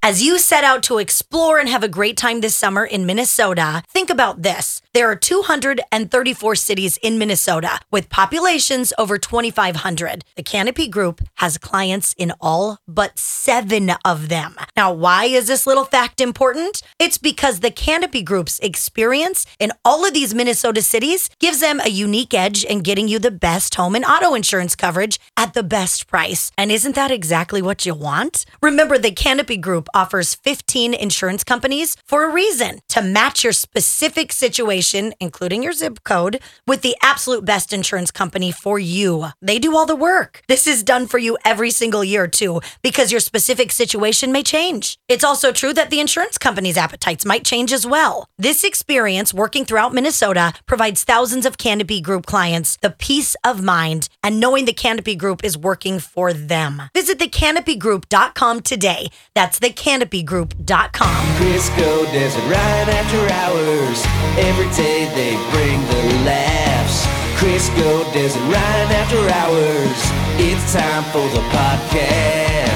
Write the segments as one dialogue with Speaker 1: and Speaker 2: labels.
Speaker 1: As you set out to explore and have a great time this summer in Minnesota, think about this. There are 234 cities in Minnesota with populations over 2,500. The Canopy Group has clients in all but seven of them. Now, why is this little fact important? It's because the Canopy Group's experience in all of these Minnesota cities gives them a unique edge in getting you the best home and auto insurance coverage at the best price. And isn't that exactly what you want? Remember, the Canopy Group offers 15 insurance companies for a reason to match your specific situation, including your zip code, with the absolute best insurance company for you. They do all the work. This is done for you every single year, too, because your specific situation may change. It's also true that the insurance company's appetites might change as well. This experience working throughout Minnesota provides thousands of Canopy Group clients the peace of mind and knowing the Canopy Group is working for them. Visit thecanopygroup.com today. That's thecanopygroup.com.
Speaker 2: Crisco Desert right after hours. Every day they bring the laughs. Crisco Desert right after hours. It's time for the podcast.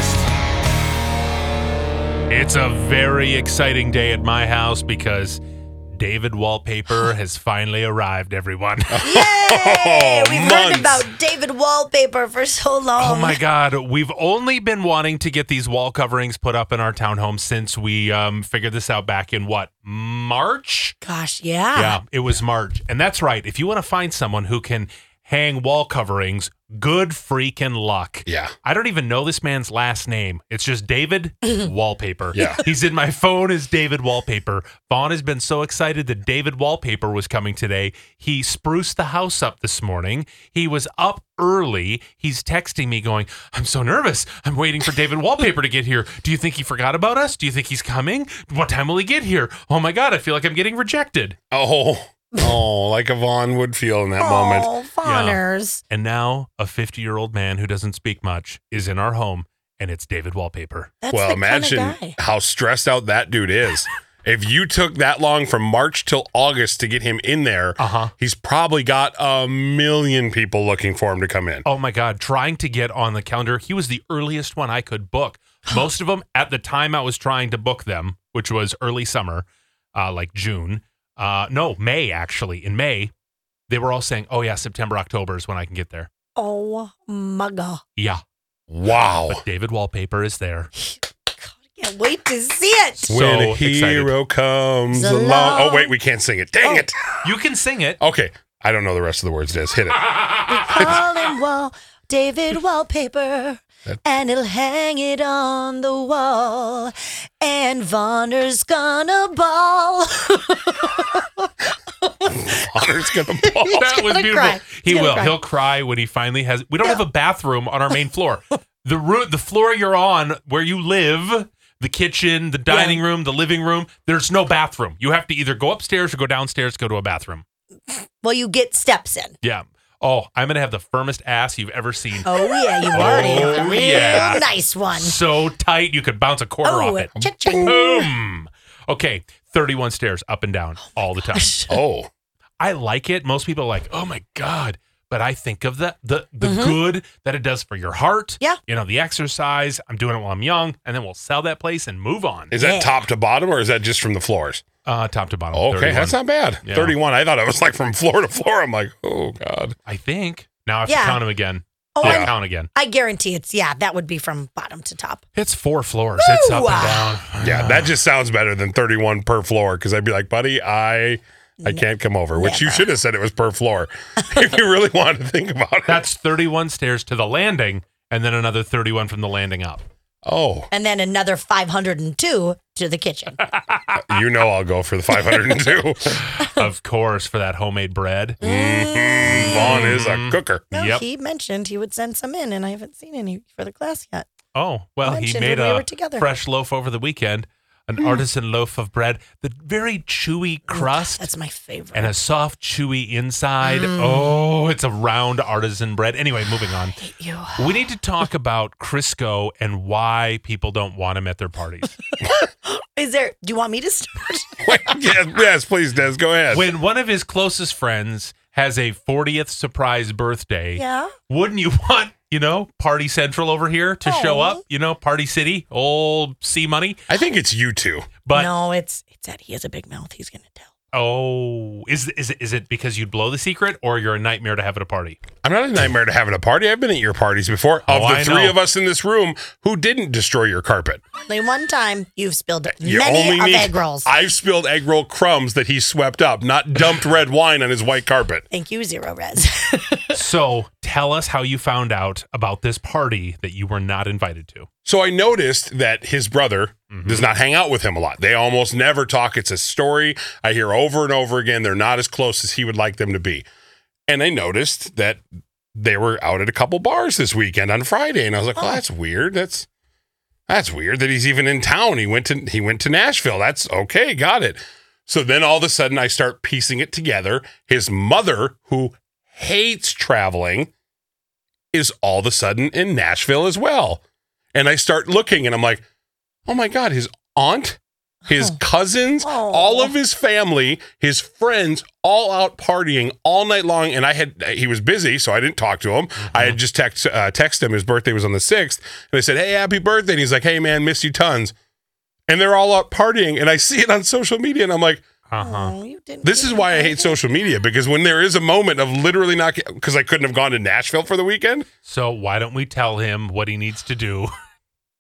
Speaker 3: It's a very exciting day at my house because David Wallpaper has finally arrived, everyone.
Speaker 1: Yay!
Speaker 4: Oh,
Speaker 1: We've heard
Speaker 4: months.
Speaker 1: about David Wallpaper for so long.
Speaker 3: Oh my God. We've only been wanting to get these wall coverings put up in our townhome since we um, figured this out back in what, March?
Speaker 1: gosh, yeah.
Speaker 3: Yeah, it was March. And that's right. If you want to find someone who can hang wall coverings, good freaking luck.
Speaker 4: Yeah.
Speaker 3: I don't even know this man's last name. It's just David Wallpaper.
Speaker 4: Yeah.
Speaker 3: He's in my phone as David Wallpaper. Vaughn has been so excited that David Wallpaper was coming today. He spruced the house up this morning. He was up early. He's texting me going, I'm so nervous. I'm waiting for David Wallpaper to get here. Do you think he forgot about us? Do you think he's coming? What time will he get here? Oh my God, I feel like I'm getting rejected.
Speaker 4: Oh, oh, like Yvonne would feel in that moment.
Speaker 1: Oh, Fawners.
Speaker 3: And now a 50 year old man who doesn't speak much is in our home, and it's David Wallpaper.
Speaker 1: That's
Speaker 4: well,
Speaker 1: the
Speaker 4: imagine
Speaker 1: kind of guy.
Speaker 4: how stressed out that dude is. if you took that long from March till August to get him in there,
Speaker 3: Uh-huh.
Speaker 4: he's probably got a million people looking for him to come in.
Speaker 3: Oh my God, trying to get on the calendar. He was the earliest one I could book. Most of them at the time I was trying to book them, which was early summer, uh, like June. Uh, no, May actually. In May, they were all saying, oh yeah, September, October is when I can get there.
Speaker 1: Oh my god.
Speaker 3: Yeah.
Speaker 4: Wow.
Speaker 3: But David Wallpaper is there.
Speaker 1: Can't wait to see it.
Speaker 3: So
Speaker 4: when a
Speaker 3: excited.
Speaker 4: hero comes
Speaker 1: Along.
Speaker 4: along. Oh, wait, we can't sing it. Dang
Speaker 3: Oh.
Speaker 4: it.
Speaker 3: You can sing it.
Speaker 1: Oh.
Speaker 4: Okay. I don't know the rest of the words, Des. Hit it.
Speaker 1: Colin Wall, David Wallpaper, and he'll hang it on the wall. And Vonner's gonna ball.
Speaker 4: Honor's gonna ball.
Speaker 3: that was
Speaker 1: gonna
Speaker 3: beautiful.
Speaker 1: cry. He's
Speaker 3: He
Speaker 1: gonna
Speaker 3: will.
Speaker 1: cry.
Speaker 3: He'll cry when he finally has. We don't have a bathroom on our main floor. the room, the floor you're on, where you live, the kitchen, the dining room, the living room. There's no bathroom. You have to either go upstairs or go downstairs. to Go to a bathroom.
Speaker 1: well, you get steps in.
Speaker 3: Yeah. Oh, I'm gonna have the firmest ass you've ever seen.
Speaker 1: Oh yeah, you already have a
Speaker 3: Oh,
Speaker 1: real
Speaker 3: yeah.
Speaker 1: nice one.
Speaker 3: So tight you could bounce a quarter
Speaker 1: Oh,
Speaker 3: off it.
Speaker 1: cha-ching.
Speaker 3: Boom. Okay, 31 stairs up and down all the time.
Speaker 4: Oh.
Speaker 3: I like it. Most people are like, oh my God. But I think of the the the good that it does for your heart.
Speaker 1: Mm-hmm. Yeah.
Speaker 3: You know, the exercise. I'm doing it while I'm young, and then we'll sell that place and move on.
Speaker 4: Is that
Speaker 1: Yeah.
Speaker 4: top to bottom or is that just from the floors?
Speaker 3: Uh top to bottom.
Speaker 4: Okay,
Speaker 3: 31,
Speaker 4: that's not bad.
Speaker 3: Yeah.
Speaker 4: 31. I thought it was like from floor to floor. I'm like, oh God.
Speaker 3: I think. Now I have
Speaker 1: Yeah.
Speaker 3: to count them again.
Speaker 1: Oh,
Speaker 3: Yeah.
Speaker 1: I,
Speaker 3: Count again.
Speaker 1: I guarantee it's yeah. That would be from bottom to top.
Speaker 3: It's four floors. It's up and down.
Speaker 4: Yeah, that just sounds better than 31 per floor. Cause I'd be like, buddy, I I can't come over. Which you
Speaker 1: Never.
Speaker 4: should have said it was per floor. if you really wanted to think about it.
Speaker 3: That's 31 stairs to the landing, and then another 31 from the landing up.
Speaker 4: oh,
Speaker 1: And then another 502 to the kitchen.
Speaker 4: you know I'll go for the 502.
Speaker 3: of course, for that homemade bread.
Speaker 4: Vaughn is
Speaker 3: Mm-hmm.
Speaker 4: a cooker.
Speaker 1: No,
Speaker 3: Yep.
Speaker 1: he mentioned he would send some in, and I haven't seen any for the class yet.
Speaker 3: Oh, well, he
Speaker 1: Mentioned
Speaker 3: made
Speaker 1: when we
Speaker 3: a
Speaker 1: were together. Hmm.
Speaker 3: fresh loaf over the weekend, an artisan loaf of bread, the very chewy crust
Speaker 1: Mm, That's Mm. my favorite.
Speaker 3: and a soft, chewy inside. Oh, it's a round artisan bread. Anyway, moving on.
Speaker 1: you.
Speaker 3: We need to talk about Crisco and why people don't want him at their parties.
Speaker 1: Is there? Do you want me to start?
Speaker 4: Wait, yes, yes, please, Des, go ahead.
Speaker 3: when one of his closest friends has a 40th surprise birthday,
Speaker 1: yeah.
Speaker 3: wouldn't you want you know, Party Central over here to show
Speaker 1: Aw.
Speaker 3: up, you know, Party City, old C Money.
Speaker 4: I think it's you two.
Speaker 3: But
Speaker 1: no, it's it's that he has a big mouth. He's gonna tell.
Speaker 3: oh, is is it, is it because you'd blow the secret or you're a nightmare to have at a party?
Speaker 4: I'm not a nightmare to have at a party. I've been at your parties before. Of
Speaker 3: Oh,
Speaker 4: the
Speaker 3: I
Speaker 4: three
Speaker 3: know.
Speaker 4: of us in this room, who didn't destroy your carpet?
Speaker 1: Only one time you've spilled
Speaker 4: You
Speaker 1: many of egg rolls.
Speaker 4: I've spilled egg roll crumbs that he swept up, not dumped red wine on his white carpet.
Speaker 1: Thank you, Zero Res.
Speaker 3: So tell us how you found out about this party that you were not invited to.
Speaker 4: So I noticed that his brother does not hang out with him a lot. They almost never talk. It's a story I hear over and over again. They're not as close as he would like them to be. And I noticed that they were out at a couple bars this weekend on Friday, and I was like, "Well, that's weird. That's that's weird that he's even in town. He went to he went to Nashville. That's okay. Got it." So then all of a sudden I start piecing it together. His mother, who hates traveling, is all of a sudden in Nashville as well. And I start looking and I'm like, oh my God, his aunt, his cousins, all of his family, his friends, all out partying all night long. And I had, he was busy, so I didn't talk to him. I had just text, uh, text him. His birthday was on the 6th. And I said, hey, happy birthday. And he's like, hey, man, miss you tons. And they're all out partying. And I see it on social media and I'm like,
Speaker 3: Uh huh.
Speaker 1: Oh, you didn't
Speaker 4: this
Speaker 1: get
Speaker 4: is
Speaker 1: it.
Speaker 4: why I hate social media because when there is a moment of literally not, because I couldn't have gone to Nashville for the weekend.
Speaker 3: So why don't we tell him what he needs to do?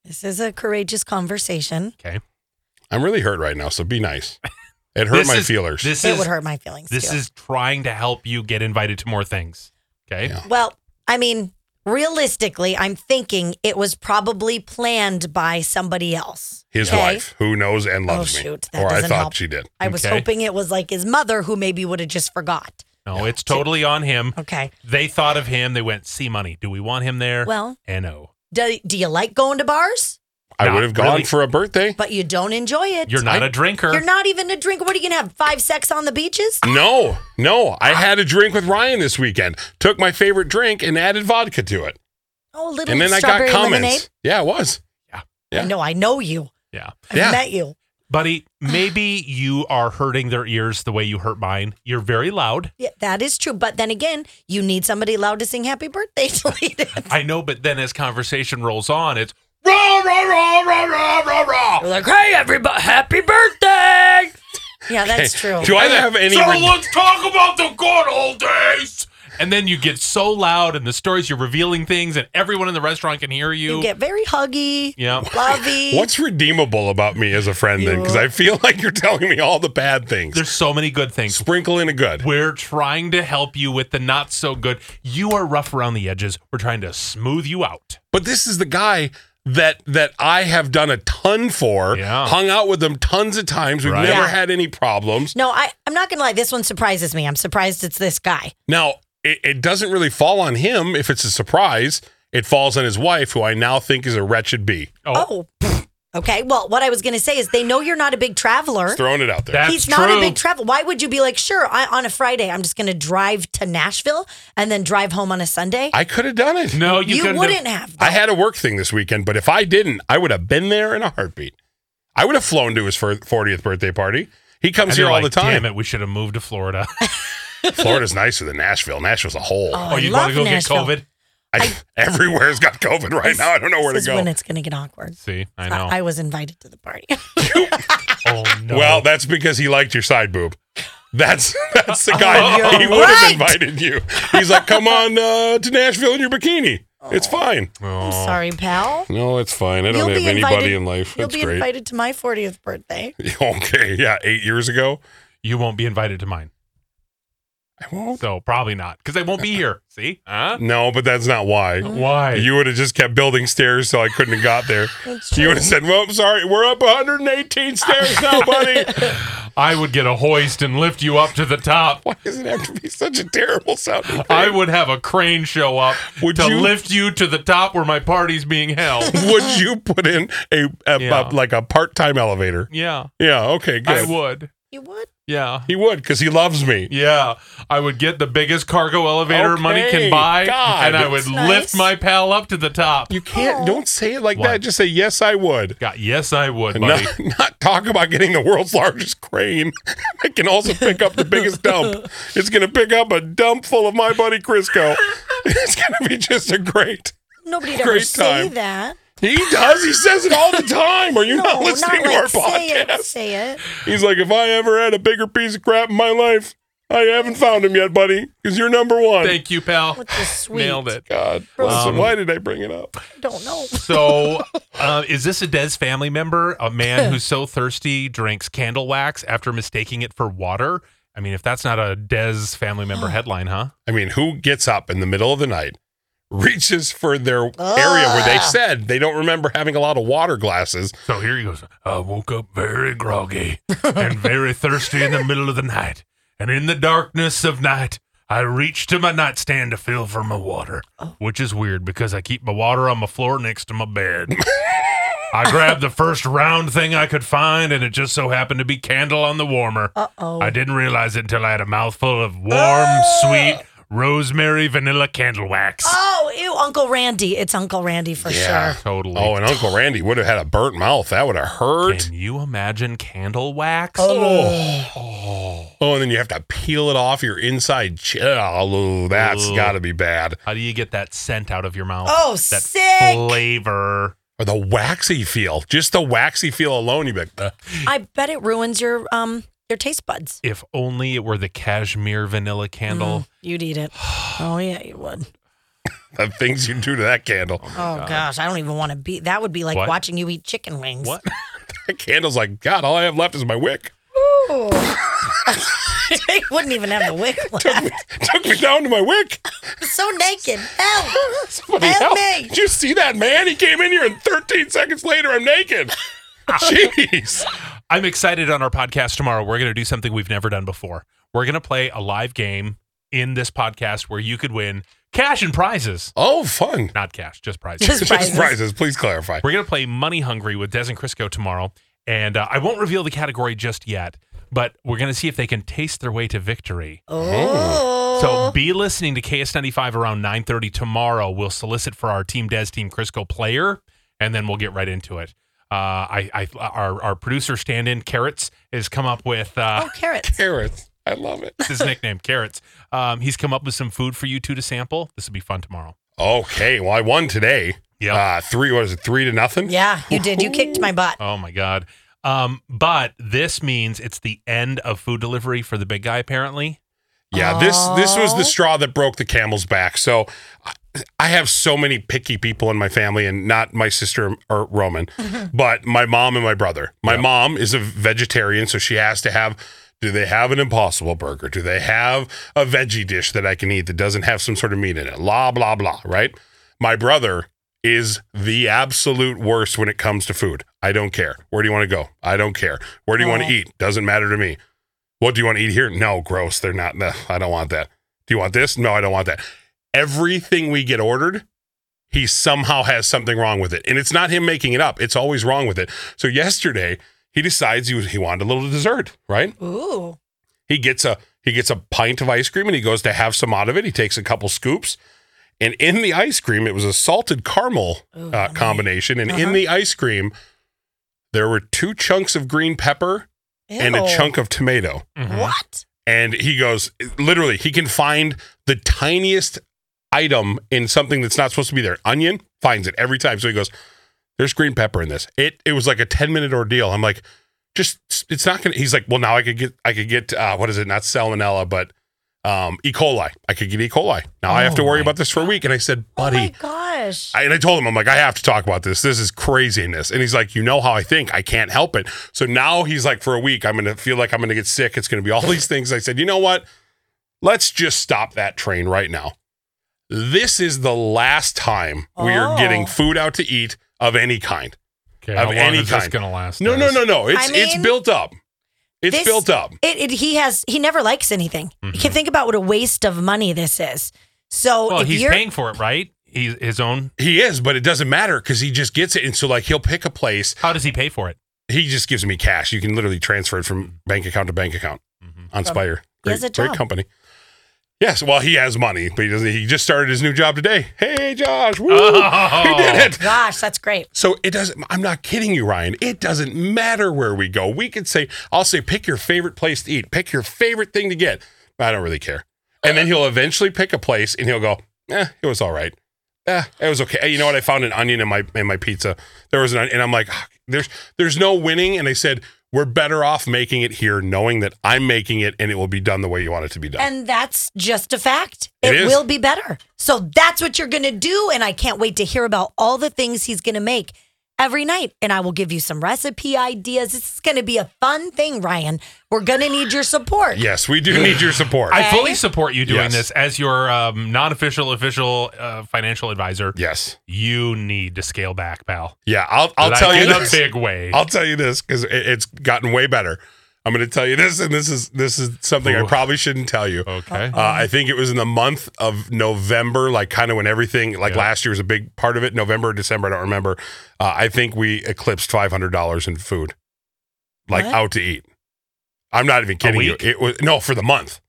Speaker 1: This is a courageous conversation.
Speaker 3: Okay.
Speaker 4: I'm really hurt right now, so be nice. It hurt
Speaker 3: This
Speaker 4: my
Speaker 3: is-
Speaker 4: feelers.
Speaker 3: This
Speaker 1: It
Speaker 3: is
Speaker 1: would hurt my feelings.
Speaker 3: this
Speaker 1: too.
Speaker 3: is trying to help you get invited to more things. Okay.
Speaker 4: Yeah.
Speaker 1: well, I mean, realistically, I'm thinking it was probably planned by somebody else.
Speaker 4: His
Speaker 1: Okay.
Speaker 4: wife, who knows and
Speaker 1: Oh,
Speaker 4: loves
Speaker 1: shoot,
Speaker 4: me,
Speaker 1: that
Speaker 4: or I
Speaker 1: doesn't
Speaker 4: thought
Speaker 1: help.
Speaker 4: she did.
Speaker 1: I was
Speaker 3: Okay.
Speaker 1: hoping it was like his mother who maybe would have just forgot.
Speaker 3: No, it's totally on him.
Speaker 1: Okay.
Speaker 3: They thought of him. They went, see money. Do we want him there?
Speaker 1: Well,
Speaker 3: no.
Speaker 1: do, do you like going to bars?
Speaker 4: I
Speaker 3: Not
Speaker 4: would have gone
Speaker 3: really.
Speaker 4: for a birthday.
Speaker 1: But you don't enjoy it.
Speaker 3: You're not a drinker.
Speaker 1: You're not even a drinker. What are you going to have? Five sex on the beaches?
Speaker 4: No, no, I had a drink with Ryan this weekend. Took my favorite drink and added vodka to it,
Speaker 1: Oh, a little
Speaker 4: and then I got
Speaker 1: strawberry
Speaker 4: comments.
Speaker 1: lemonade.
Speaker 4: Yeah, it was. Yeah.
Speaker 1: I know. I know you.
Speaker 3: yeah.
Speaker 1: I've
Speaker 4: Yeah.
Speaker 1: met you.
Speaker 3: Buddy, maybe you are hurting their ears the way you hurt mine. You're very loud.
Speaker 1: Yeah, that is true. But then again, you need somebody loud to sing happy birthday to lead it.
Speaker 3: I know, but then as conversation rolls on, it's
Speaker 4: Rah, rah, rah, rah, rah, rah, rah.
Speaker 1: like, hey, everybody, happy birthday. Yeah, that's true.
Speaker 4: Do I have any?
Speaker 3: so
Speaker 4: reg-
Speaker 3: let's talk about the good old days. And then you get so loud and the stories you're revealing things and everyone in the restaurant can hear you.
Speaker 1: You get very huggy,
Speaker 3: yeah.
Speaker 1: lovey.
Speaker 4: What's redeemable about me as a friend then? Because I feel like you're telling me all the bad things.
Speaker 3: There's so many good things.
Speaker 4: Sprinkle in a good.
Speaker 3: We're trying to help you with the not so good. You are rough around the edges. We're trying to smooth you out.
Speaker 4: But this is the guy that that I have done a ton for.
Speaker 3: Yeah.
Speaker 4: Hung out with them tons of times. We've
Speaker 3: Right.
Speaker 4: never
Speaker 1: Yeah.
Speaker 4: had any problems.
Speaker 1: No, I, I'm not going to lie. This one surprises me. I'm surprised it's this guy.
Speaker 4: Now, it, it doesn't really fall on him if it's a surprise. It falls on his wife, who I now think is a wretched bee.
Speaker 1: Oh. pfft. Okay. Well, what I was going to say is they know you're not a big traveler.
Speaker 4: Just throwing it out there.
Speaker 3: That's
Speaker 1: He's not
Speaker 3: true.
Speaker 1: a big travel. Why would you be like, sure, I, on a Friday, I'm just going to drive to Nashville and then drive home on a Sunday?
Speaker 4: I could have done it.
Speaker 3: no, you,
Speaker 1: you
Speaker 3: couldn't have-
Speaker 1: wouldn't have.
Speaker 4: I had a work thing this weekend, but if I didn't, I would have been there in a heartbeat. I would have flown to his fir- 40th birthday party. He comes
Speaker 3: And
Speaker 4: here
Speaker 3: they're
Speaker 4: all
Speaker 3: like,
Speaker 4: the time.
Speaker 3: Damn it, we should have moved to Florida.
Speaker 4: Florida's nicer than Nashville. Nashville's a hole.
Speaker 1: Oh,
Speaker 3: oh,
Speaker 1: I
Speaker 3: you'd want to
Speaker 1: love
Speaker 3: go
Speaker 1: Nashville.
Speaker 3: get COVID?
Speaker 4: I, everywhere's got COVID right now. I don't know where
Speaker 1: this
Speaker 4: to
Speaker 1: is
Speaker 4: go.
Speaker 1: when it's going to get awkward.
Speaker 3: See, I know.
Speaker 1: I, I was invited to the party.
Speaker 3: oh no.
Speaker 4: Well, that's because he liked your side boob. That's that's the guy
Speaker 1: you're
Speaker 4: he would have
Speaker 1: right.
Speaker 4: invited you. He's like, come on uh, to Nashville in your bikini. It's fine.
Speaker 1: I'm sorry, pal.
Speaker 4: No, it's fine. I don't
Speaker 1: Oh. You'll
Speaker 4: have
Speaker 1: be
Speaker 4: anybody
Speaker 1: invited-
Speaker 4: in life.
Speaker 1: You'll
Speaker 4: Oh. That's
Speaker 1: be
Speaker 4: great.
Speaker 1: invited to my 40th birthday.
Speaker 4: Okay, yeah, eight years ago.
Speaker 3: you won't be invited to mine,
Speaker 4: I won't.
Speaker 3: so probably not because I won't be here. See, huh?
Speaker 4: No, but that's not why.
Speaker 1: Mm. Oh.
Speaker 3: Why?
Speaker 4: You would have just kept building stairs, so I couldn't have got there.
Speaker 1: That's
Speaker 4: You
Speaker 1: true.
Speaker 4: would have said, "Well, I'm sorry, we're up 118 stairs now, buddy."
Speaker 3: I would get a hoist and lift you up to the top.
Speaker 4: Why does it have to be such a terrible sounding? thing?
Speaker 3: I would have a crane show up
Speaker 4: Would
Speaker 3: to
Speaker 4: you-
Speaker 3: lift you to the top where my party's being held.
Speaker 4: would you put in a, a-
Speaker 3: Yeah.
Speaker 4: like a part-time elevator?
Speaker 3: yeah,
Speaker 4: Yeah, okay, good.
Speaker 3: I would.
Speaker 1: You would?
Speaker 3: Yeah.
Speaker 4: He would because he loves me.
Speaker 3: Yeah, I would get the biggest cargo elevator money
Speaker 4: Okay,
Speaker 3: can buy,
Speaker 4: God,
Speaker 3: and I would
Speaker 4: that's
Speaker 1: nice.
Speaker 3: lift my pal up to the top.
Speaker 4: You can't. Don't say it like
Speaker 3: What?
Speaker 4: that. Just say yes, I would.
Speaker 3: Got yes, I would,
Speaker 4: And Not,
Speaker 3: buddy.
Speaker 4: not talk about getting the world's largest crane. I can also pick up the biggest dump. It's going to pick up a dump full of my buddy Crisco. It's going to be just a great.
Speaker 1: Nobody'd
Speaker 4: Great
Speaker 1: ever say
Speaker 4: time.
Speaker 1: that.
Speaker 4: He does. He says it all the time. Are you
Speaker 1: No,
Speaker 4: not listening
Speaker 1: not like
Speaker 4: to our
Speaker 1: say
Speaker 4: podcast?
Speaker 1: it, say it.
Speaker 4: He's like, if I ever had a bigger piece of crap in my life, I haven't found him yet, buddy, because you're number one.
Speaker 3: Thank you, pal.
Speaker 1: What the sweet.
Speaker 3: Nailed it.
Speaker 4: God, bless him. why did I bring it up?
Speaker 1: Don't know.
Speaker 3: So, uh, is this a Des family member? A man who's so thirsty drinks candle wax after mistaking it for water? I mean, if that's not a Des family member headline, huh?
Speaker 4: I mean, who gets up in the middle of the night, reaches for their area where they said they don't remember having a lot of water glasses?
Speaker 3: So here he goes. I woke up very groggy and very thirsty in the middle of the night. And in the darkness of night, I reached to my nightstand to fill for my water, which is weird because I keep my water on my floor next to my bed. I grabbed the first round thing I could find, and it just so happened to be candle on the warmer.
Speaker 1: Uh oh. Ah!
Speaker 3: I didn't realize it until I had a mouthful of warm, sweet rosemary vanilla candle wax.
Speaker 1: Oh, ew, Uncle Randy. It's Uncle Randy for
Speaker 4: Yeah.
Speaker 1: sure.
Speaker 3: Totally.
Speaker 4: Oh, and Uncle Randy would have had a burnt mouth. That would have hurt.
Speaker 3: Can you imagine candle wax?
Speaker 4: Oh. oh, and then you have to peel it off your inside chin. Oh, that's
Speaker 3: Ooh.
Speaker 4: got to be bad.
Speaker 3: How do you get that scent out of your mouth?
Speaker 1: Oh,
Speaker 3: that
Speaker 1: sick.
Speaker 3: flavor.
Speaker 4: Or the waxy feel. Just the waxy feel alone. You'd be like, "Ugh."
Speaker 1: I bet it ruins your um your taste buds.
Speaker 3: If only it were the cashmere vanilla candle.
Speaker 1: You'd eat it. Oh yeah, you would.
Speaker 4: the things you do to that candle.
Speaker 1: Oh gosh, I don't even want to be. That would be like
Speaker 3: What?
Speaker 1: watching you eat chicken wings.
Speaker 3: What?
Speaker 4: That candle's like, God, all I have left is my wick.
Speaker 1: Ooh. they wouldn't even have the wick left.
Speaker 4: Took me, took me down to my wick.
Speaker 1: so naked. Help!
Speaker 4: Somebody
Speaker 1: Help
Speaker 4: help.
Speaker 1: me.
Speaker 4: Did you see that man? He came in here and 13 seconds later, I'm naked. Jeez.
Speaker 3: I'm excited on our podcast tomorrow. We're going to do something we've never done before. We're going to play a live game in this podcast where you could win cash and prizes.
Speaker 4: Oh, fun.
Speaker 3: Not cash, just prizes.
Speaker 1: Just
Speaker 4: Just
Speaker 1: prizes.
Speaker 4: prizes. Please clarify.
Speaker 3: We're going to play Money Hungry with Des and Crisco tomorrow. And uh, I won't reveal the category just yet, but we're going to see if they can taste their way to victory.
Speaker 1: Oh.
Speaker 3: So be listening to KS95 around 9.30 tomorrow. We'll solicit for our Team Des, Team Crisco player, and then we'll get right into it. Uh, I, I, our, our producer stand-in, Carrots, has come up with... Uh,
Speaker 1: oh, carrots.
Speaker 4: Carrots. I love it.
Speaker 3: it's his nickname, Carrots. Um, he's come up with some food for you two to sample. This will be fun tomorrow.
Speaker 4: Okay. Well, I won today.
Speaker 3: Yep.
Speaker 4: Uh, three, what is it? Three to nothing?
Speaker 1: Yeah, you did. You kicked my butt.
Speaker 3: Oh my god. Um, but this means it's the end of food delivery for the big guy, apparently.
Speaker 4: Yeah, this this was
Speaker 1: Aw.
Speaker 4: the straw that broke the camel's back. So I- I have so many picky people in my family, and not my sister or Roman, but my mom and my brother. My mom is a vegetarian, so she has to have. Do they have an Impossible Burger? Do they have a veggie dish that I can eat that doesn't have some sort of meat in it? Blah blah blah. Right. My brother is the absolute worst when it comes to food. I don't care. Where do you want to go? I don't care. Where do you want
Speaker 1: Aw.
Speaker 4: to eat? Doesn't matter to me. What do you want to eat here? No, gross. They're not. No, I don't want that. Do you want this? No, I don't want that. Everything we get ordered, he somehow has something wrong with it. And it's not him making it up, it's always wrong with it. So yesterday, he decides he, he wanted a little dessert, right?
Speaker 1: Ooh.
Speaker 4: He gets a he gets a pint of ice cream and he goes to have some out of it. He takes a couple scoops. And in the ice cream, it was a salted caramel
Speaker 1: Ooh,
Speaker 4: uh,
Speaker 1: yummy.
Speaker 4: combination. And
Speaker 1: Oh, Uh-huh.
Speaker 4: in the ice cream, there were two chunks of green pepper and a
Speaker 1: Ew.
Speaker 4: chunk of tomato.
Speaker 3: Mm-hmm.
Speaker 1: What?
Speaker 4: And he goes, literally, he can find the tiniest item in something that's not supposed to be there. Onion finds it every time. So he goes, there's green pepper in this. It it was like a 10 minute ordeal. I'm like, just it's not gonna he's like, well, now I could get I could get uh what is it? Not salmonella, but um E. coli. I could get E. coli. Now I have to
Speaker 3: Oh
Speaker 4: worry
Speaker 3: my
Speaker 4: about this for a week. And I said, buddy,
Speaker 1: Oh my gosh.
Speaker 4: I, and I told him, I'm like, I have to talk about this. This is craziness. And he's like, you know how I think. I can't help it. So now he's like, for a week, I'm going to feel like I'm going to get sick. It's going to be all these things. I said, you know what? Let's just stop that train right now. This is the last time we
Speaker 1: Oh.
Speaker 4: are getting food out to eat of any kind.
Speaker 3: Okay,
Speaker 4: how long is this
Speaker 3: gonna last?
Speaker 4: No, no, no, no. It's
Speaker 1: I mean,
Speaker 4: it's built up. It's
Speaker 1: this-
Speaker 4: built up.
Speaker 1: It, it, he has. He never likes anything. You can think about what a waste of money this is. So
Speaker 3: Mm-hmm. Well,
Speaker 1: if
Speaker 3: he's
Speaker 1: you're
Speaker 3: paying for it, right? He's his own.
Speaker 4: He is, but it doesn't matter because he just gets it. And so, like, he'll pick a place.
Speaker 3: How does he pay for it?
Speaker 4: He just gives me cash. You can literally transfer it from bank account to bank account.
Speaker 3: Mhm.
Speaker 4: on Spire.
Speaker 1: He
Speaker 4: Great,
Speaker 1: has a
Speaker 4: great
Speaker 1: job.
Speaker 4: company. Yes, well, he has money, but he doesn't. He just started his new job today. Hey, Josh, woo,
Speaker 3: Oh.
Speaker 4: he did it.
Speaker 1: gosh, that's great.
Speaker 4: So it doesn't. I'm not kidding you, Ryan. It doesn't matter where we go. We could say, I'll say, pick your favorite place to eat. Pick your favorite thing to get. I don't really care. And then he'll eventually pick a place, and he'll go, eh, it was all right. eh, it was okay. You know what? I found an onion in my in my pizza. There was an onion, and I'm like, "Ah, there's there's no winning. And they said we're better off making it here, knowing that I'm making it, and it will be done the way you want it to be done.
Speaker 1: And that's just a fact.
Speaker 4: It
Speaker 1: It,
Speaker 4: is.
Speaker 1: will be better. So that's what you're going to do. And I can't wait to hear about all the things he's going to make every night. And I will give you some recipe ideas. This is going to be a fun thing, Ryan. We're going to need your support.
Speaker 4: yes, we do need your support.
Speaker 3: I fully support you doing
Speaker 4: Yes.
Speaker 3: this as your um, non-official official uh, financial advisor.
Speaker 4: yes,
Speaker 3: You need to scale back, pal.
Speaker 4: yeah. I'll I'll
Speaker 3: Like,
Speaker 4: tell you
Speaker 3: in
Speaker 4: this.
Speaker 3: a big way.
Speaker 4: I'll tell you this because it, it's gotten way better. I'm going to tell you this, and this is this is something I
Speaker 3: Ooh.
Speaker 4: probably shouldn't tell you.
Speaker 3: okay.
Speaker 4: Uh, I think it was in the month of November, like kind of when everything, like
Speaker 3: Yeah.
Speaker 4: last year was a big part of it. November, or December, I don't remember. Uh, I think we eclipsed five hundred dollars in food, like
Speaker 1: What?
Speaker 4: out to eat. I'm not even kidding you.
Speaker 3: week?
Speaker 4: It was no for the month,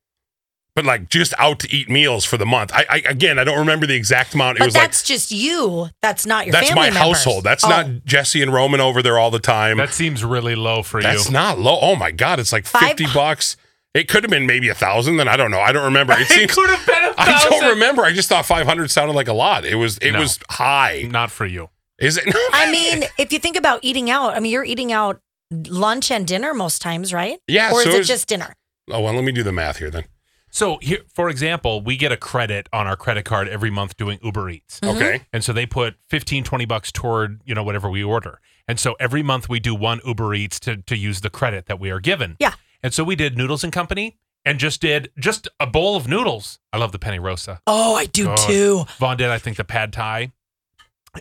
Speaker 4: but like just out to eat meals for the month. I, I again, I don't remember the exact amount. It
Speaker 1: But
Speaker 4: was like
Speaker 1: that's just you. That's not your
Speaker 4: that's my
Speaker 1: family members.
Speaker 4: household. That's
Speaker 1: Oh,
Speaker 4: not Jesse and Roman over there all the time.
Speaker 3: that seems really low for
Speaker 4: That's
Speaker 3: you.
Speaker 4: not low. Oh my god, it's like
Speaker 1: Five-
Speaker 4: fifty bucks. It could have been maybe a thousand. Then I don't know. I don't remember. It
Speaker 3: it
Speaker 4: seems.
Speaker 3: could have been a
Speaker 4: I
Speaker 3: thousand.
Speaker 4: don't remember. I just thought five hundred sounded like a lot. It was. It
Speaker 3: No.
Speaker 4: was high.
Speaker 3: Not for you.
Speaker 4: Is it?
Speaker 1: I mean, if you think about eating out, I mean, you're eating out lunch and dinner most times, right?
Speaker 4: Yeah,
Speaker 1: Or
Speaker 4: so
Speaker 1: is it
Speaker 4: it's-
Speaker 1: just dinner?
Speaker 4: Oh well, let me do the math here then.
Speaker 3: So, here, for example, we get a credit on our credit card every month doing Uber Eats.
Speaker 1: Mm. Mm-hmm.
Speaker 4: Okay.
Speaker 3: And so they put 15, 20 bucks toward, you know, whatever we order. And so every month we do one Uber Eats to, to use the credit that we are given.
Speaker 1: Yeah.
Speaker 3: And so we did Noodles and Company and just did just a bowl of noodles. I love the Penny Rosa.
Speaker 1: Oh, I do
Speaker 3: God.
Speaker 1: too.
Speaker 3: Vaughn did, I think, the pad thai.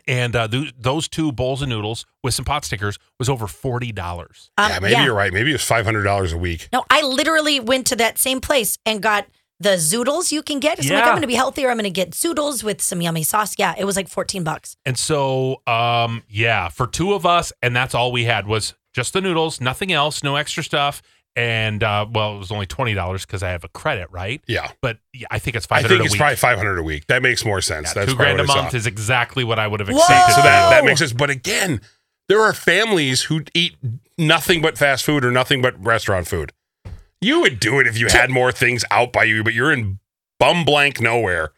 Speaker 3: And uh, th- those two bowls of noodles with some pot stickers was over $40.
Speaker 1: Um,
Speaker 4: yeah, maybe you're right. Maybe it was five hundred dollars a week.
Speaker 1: No, I literally went to that same place and got the zoodles you can get. So I'm like,
Speaker 3: Yeah.
Speaker 1: I'm going to be healthier. I'm going to get zoodles with some yummy sauce. Yeah, it was like 14 bucks.
Speaker 3: And so, um, yeah, for two of us, and that's all we had was just the noodles, nothing else, no extra stuff. And uh, well, it was only twenty dollars because I have a credit, right?
Speaker 4: Yeah.
Speaker 3: But yeah, I think it's five
Speaker 4: I
Speaker 3: hundred
Speaker 4: think
Speaker 3: a
Speaker 4: it's
Speaker 3: week.
Speaker 4: probably five hundred a week. That makes more sense.
Speaker 3: Yeah,
Speaker 4: That's
Speaker 3: two
Speaker 4: probably
Speaker 3: grand a
Speaker 4: what I saw.
Speaker 3: month is exactly what I would have
Speaker 1: Whoa!
Speaker 3: accepted.
Speaker 4: So that that
Speaker 1: Oh.
Speaker 4: makes sense. But again, there are families who eat nothing but fast food or nothing but restaurant food. You would do it if you had more things out by you, but you're in bum blank nowhere.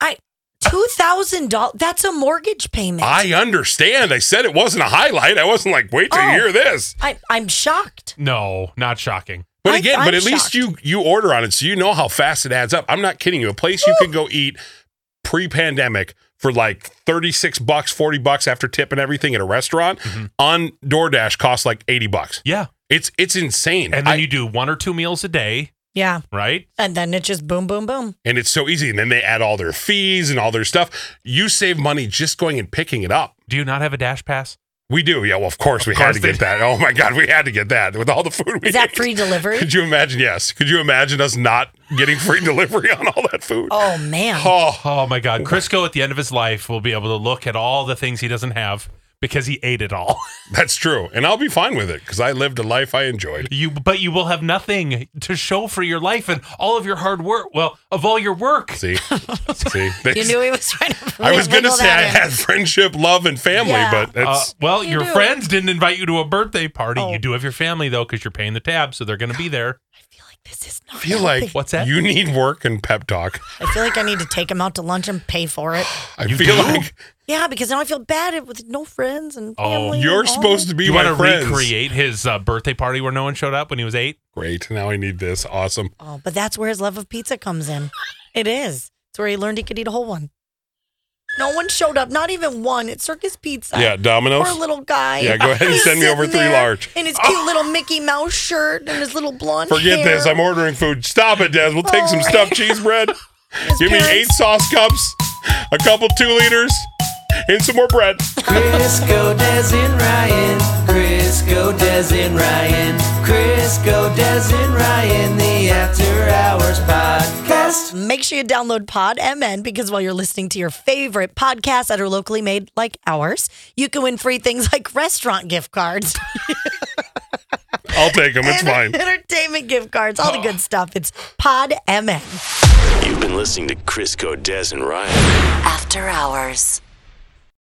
Speaker 1: I $2,000. That's a mortgage payment. I,
Speaker 4: I understand. I said it wasn't a highlight. I wasn't like, wait till you
Speaker 1: Oh.
Speaker 4: hear this.
Speaker 1: I, am shocked.
Speaker 3: No, not shocking.
Speaker 4: But
Speaker 1: I-
Speaker 4: again,
Speaker 1: I'm
Speaker 4: but at
Speaker 1: shocked.
Speaker 4: least you you order on it, so you know how fast it adds up. I'm not kidding you. A place you can go eat pre-pandemic for like 36 bucks, 40 bucks after tip and everything at a restaurant
Speaker 1: Mm-hmm.
Speaker 4: on DoorDash costs like 80 bucks.
Speaker 3: Yeah,
Speaker 4: It's it's insane.
Speaker 3: and then
Speaker 4: I-
Speaker 3: you do one or two meals a day,
Speaker 1: Yeah.
Speaker 3: right?
Speaker 1: And then it just boom, boom, boom.
Speaker 4: and it's so easy. And then they add all their fees and all their stuff. You save money just going and picking it up.
Speaker 3: Do you not have a dash pass?
Speaker 4: We do. Yeah, well, of course we
Speaker 3: course
Speaker 4: had to
Speaker 3: they
Speaker 4: get that. Oh my God, we had to get that with all the food we
Speaker 1: Is that
Speaker 4: ate.
Speaker 1: free delivery?
Speaker 4: Could you imagine? Yes. Could you imagine us not getting free delivery on all that food?
Speaker 1: Oh, man.
Speaker 4: Oh,
Speaker 3: Oh my God, Crisco at the end of his life will be able to look at all the things he doesn't have because he ate it all.
Speaker 4: that's true. And I'll be fine with it because I lived a life I enjoyed.
Speaker 3: You, but you will have nothing to show for your life and all of your hard work. Well, of all your work.
Speaker 4: See? See?
Speaker 1: You knew he was trying to.
Speaker 4: I was going to
Speaker 1: wiggle
Speaker 4: say
Speaker 1: that
Speaker 4: I
Speaker 1: in.
Speaker 4: had friendship, love, and family,
Speaker 1: Yeah.
Speaker 4: but
Speaker 3: Uh,
Speaker 4: that's.
Speaker 3: well, your
Speaker 1: do.
Speaker 3: friends didn't invite you to a birthday party.
Speaker 1: Oh.
Speaker 3: You do have your family though, because you're paying the tab, so they're going to be there.
Speaker 1: I feel like this is not.
Speaker 4: I feel like
Speaker 1: healthy.
Speaker 3: What's that?
Speaker 4: you need work and pep talk.
Speaker 1: I feel like I need to take him out to lunch and pay for it.
Speaker 4: I
Speaker 3: You
Speaker 4: feel
Speaker 3: do?
Speaker 4: like
Speaker 1: Yeah, because now I feel bad with no friends and
Speaker 3: Oh,
Speaker 1: family.
Speaker 4: you're supposed to be
Speaker 3: you
Speaker 4: my
Speaker 3: want to
Speaker 4: friends.
Speaker 3: recreate his uh, birthday party where no one showed up when he was eight?
Speaker 4: Great. Now I need this. Awesome.
Speaker 1: Oh, but that's where his love of pizza comes in. It is. It's where he learned he could eat a whole one. No one showed up, not even one. It's Circus Pizza.
Speaker 4: Yeah,
Speaker 1: Poor
Speaker 4: Domino's.
Speaker 1: little guy.
Speaker 4: Yeah, go ahead and
Speaker 1: He's
Speaker 4: send me over
Speaker 1: sitting
Speaker 4: three
Speaker 1: there
Speaker 4: large.
Speaker 1: In his cute little Mickey Mouse shirt and his little blonde
Speaker 4: Forget
Speaker 1: hair.
Speaker 4: this. I'm ordering food. Stop it, Des. We'll take some
Speaker 1: Oh.
Speaker 4: stuffed cheese bread.
Speaker 1: His
Speaker 4: Give me
Speaker 1: parents-
Speaker 4: eight sauce cups, a couple two liters, and some more bread.
Speaker 2: Crisco Des and Ryan. Crisco Des and Ryan. Crisco Des and Ryan. The After Hours Podcast.
Speaker 1: Make sure you download Pod MN because while you're listening to your favorite podcasts that are locally made like ours, you can win free things like restaurant gift cards.
Speaker 4: I'll take them. It's
Speaker 1: Enter-
Speaker 4: fine.
Speaker 1: Entertainment gift cards, all the good stuff. It's Pod MN.
Speaker 5: You've been listening to Chris Des and Ryan.
Speaker 6: After Hours.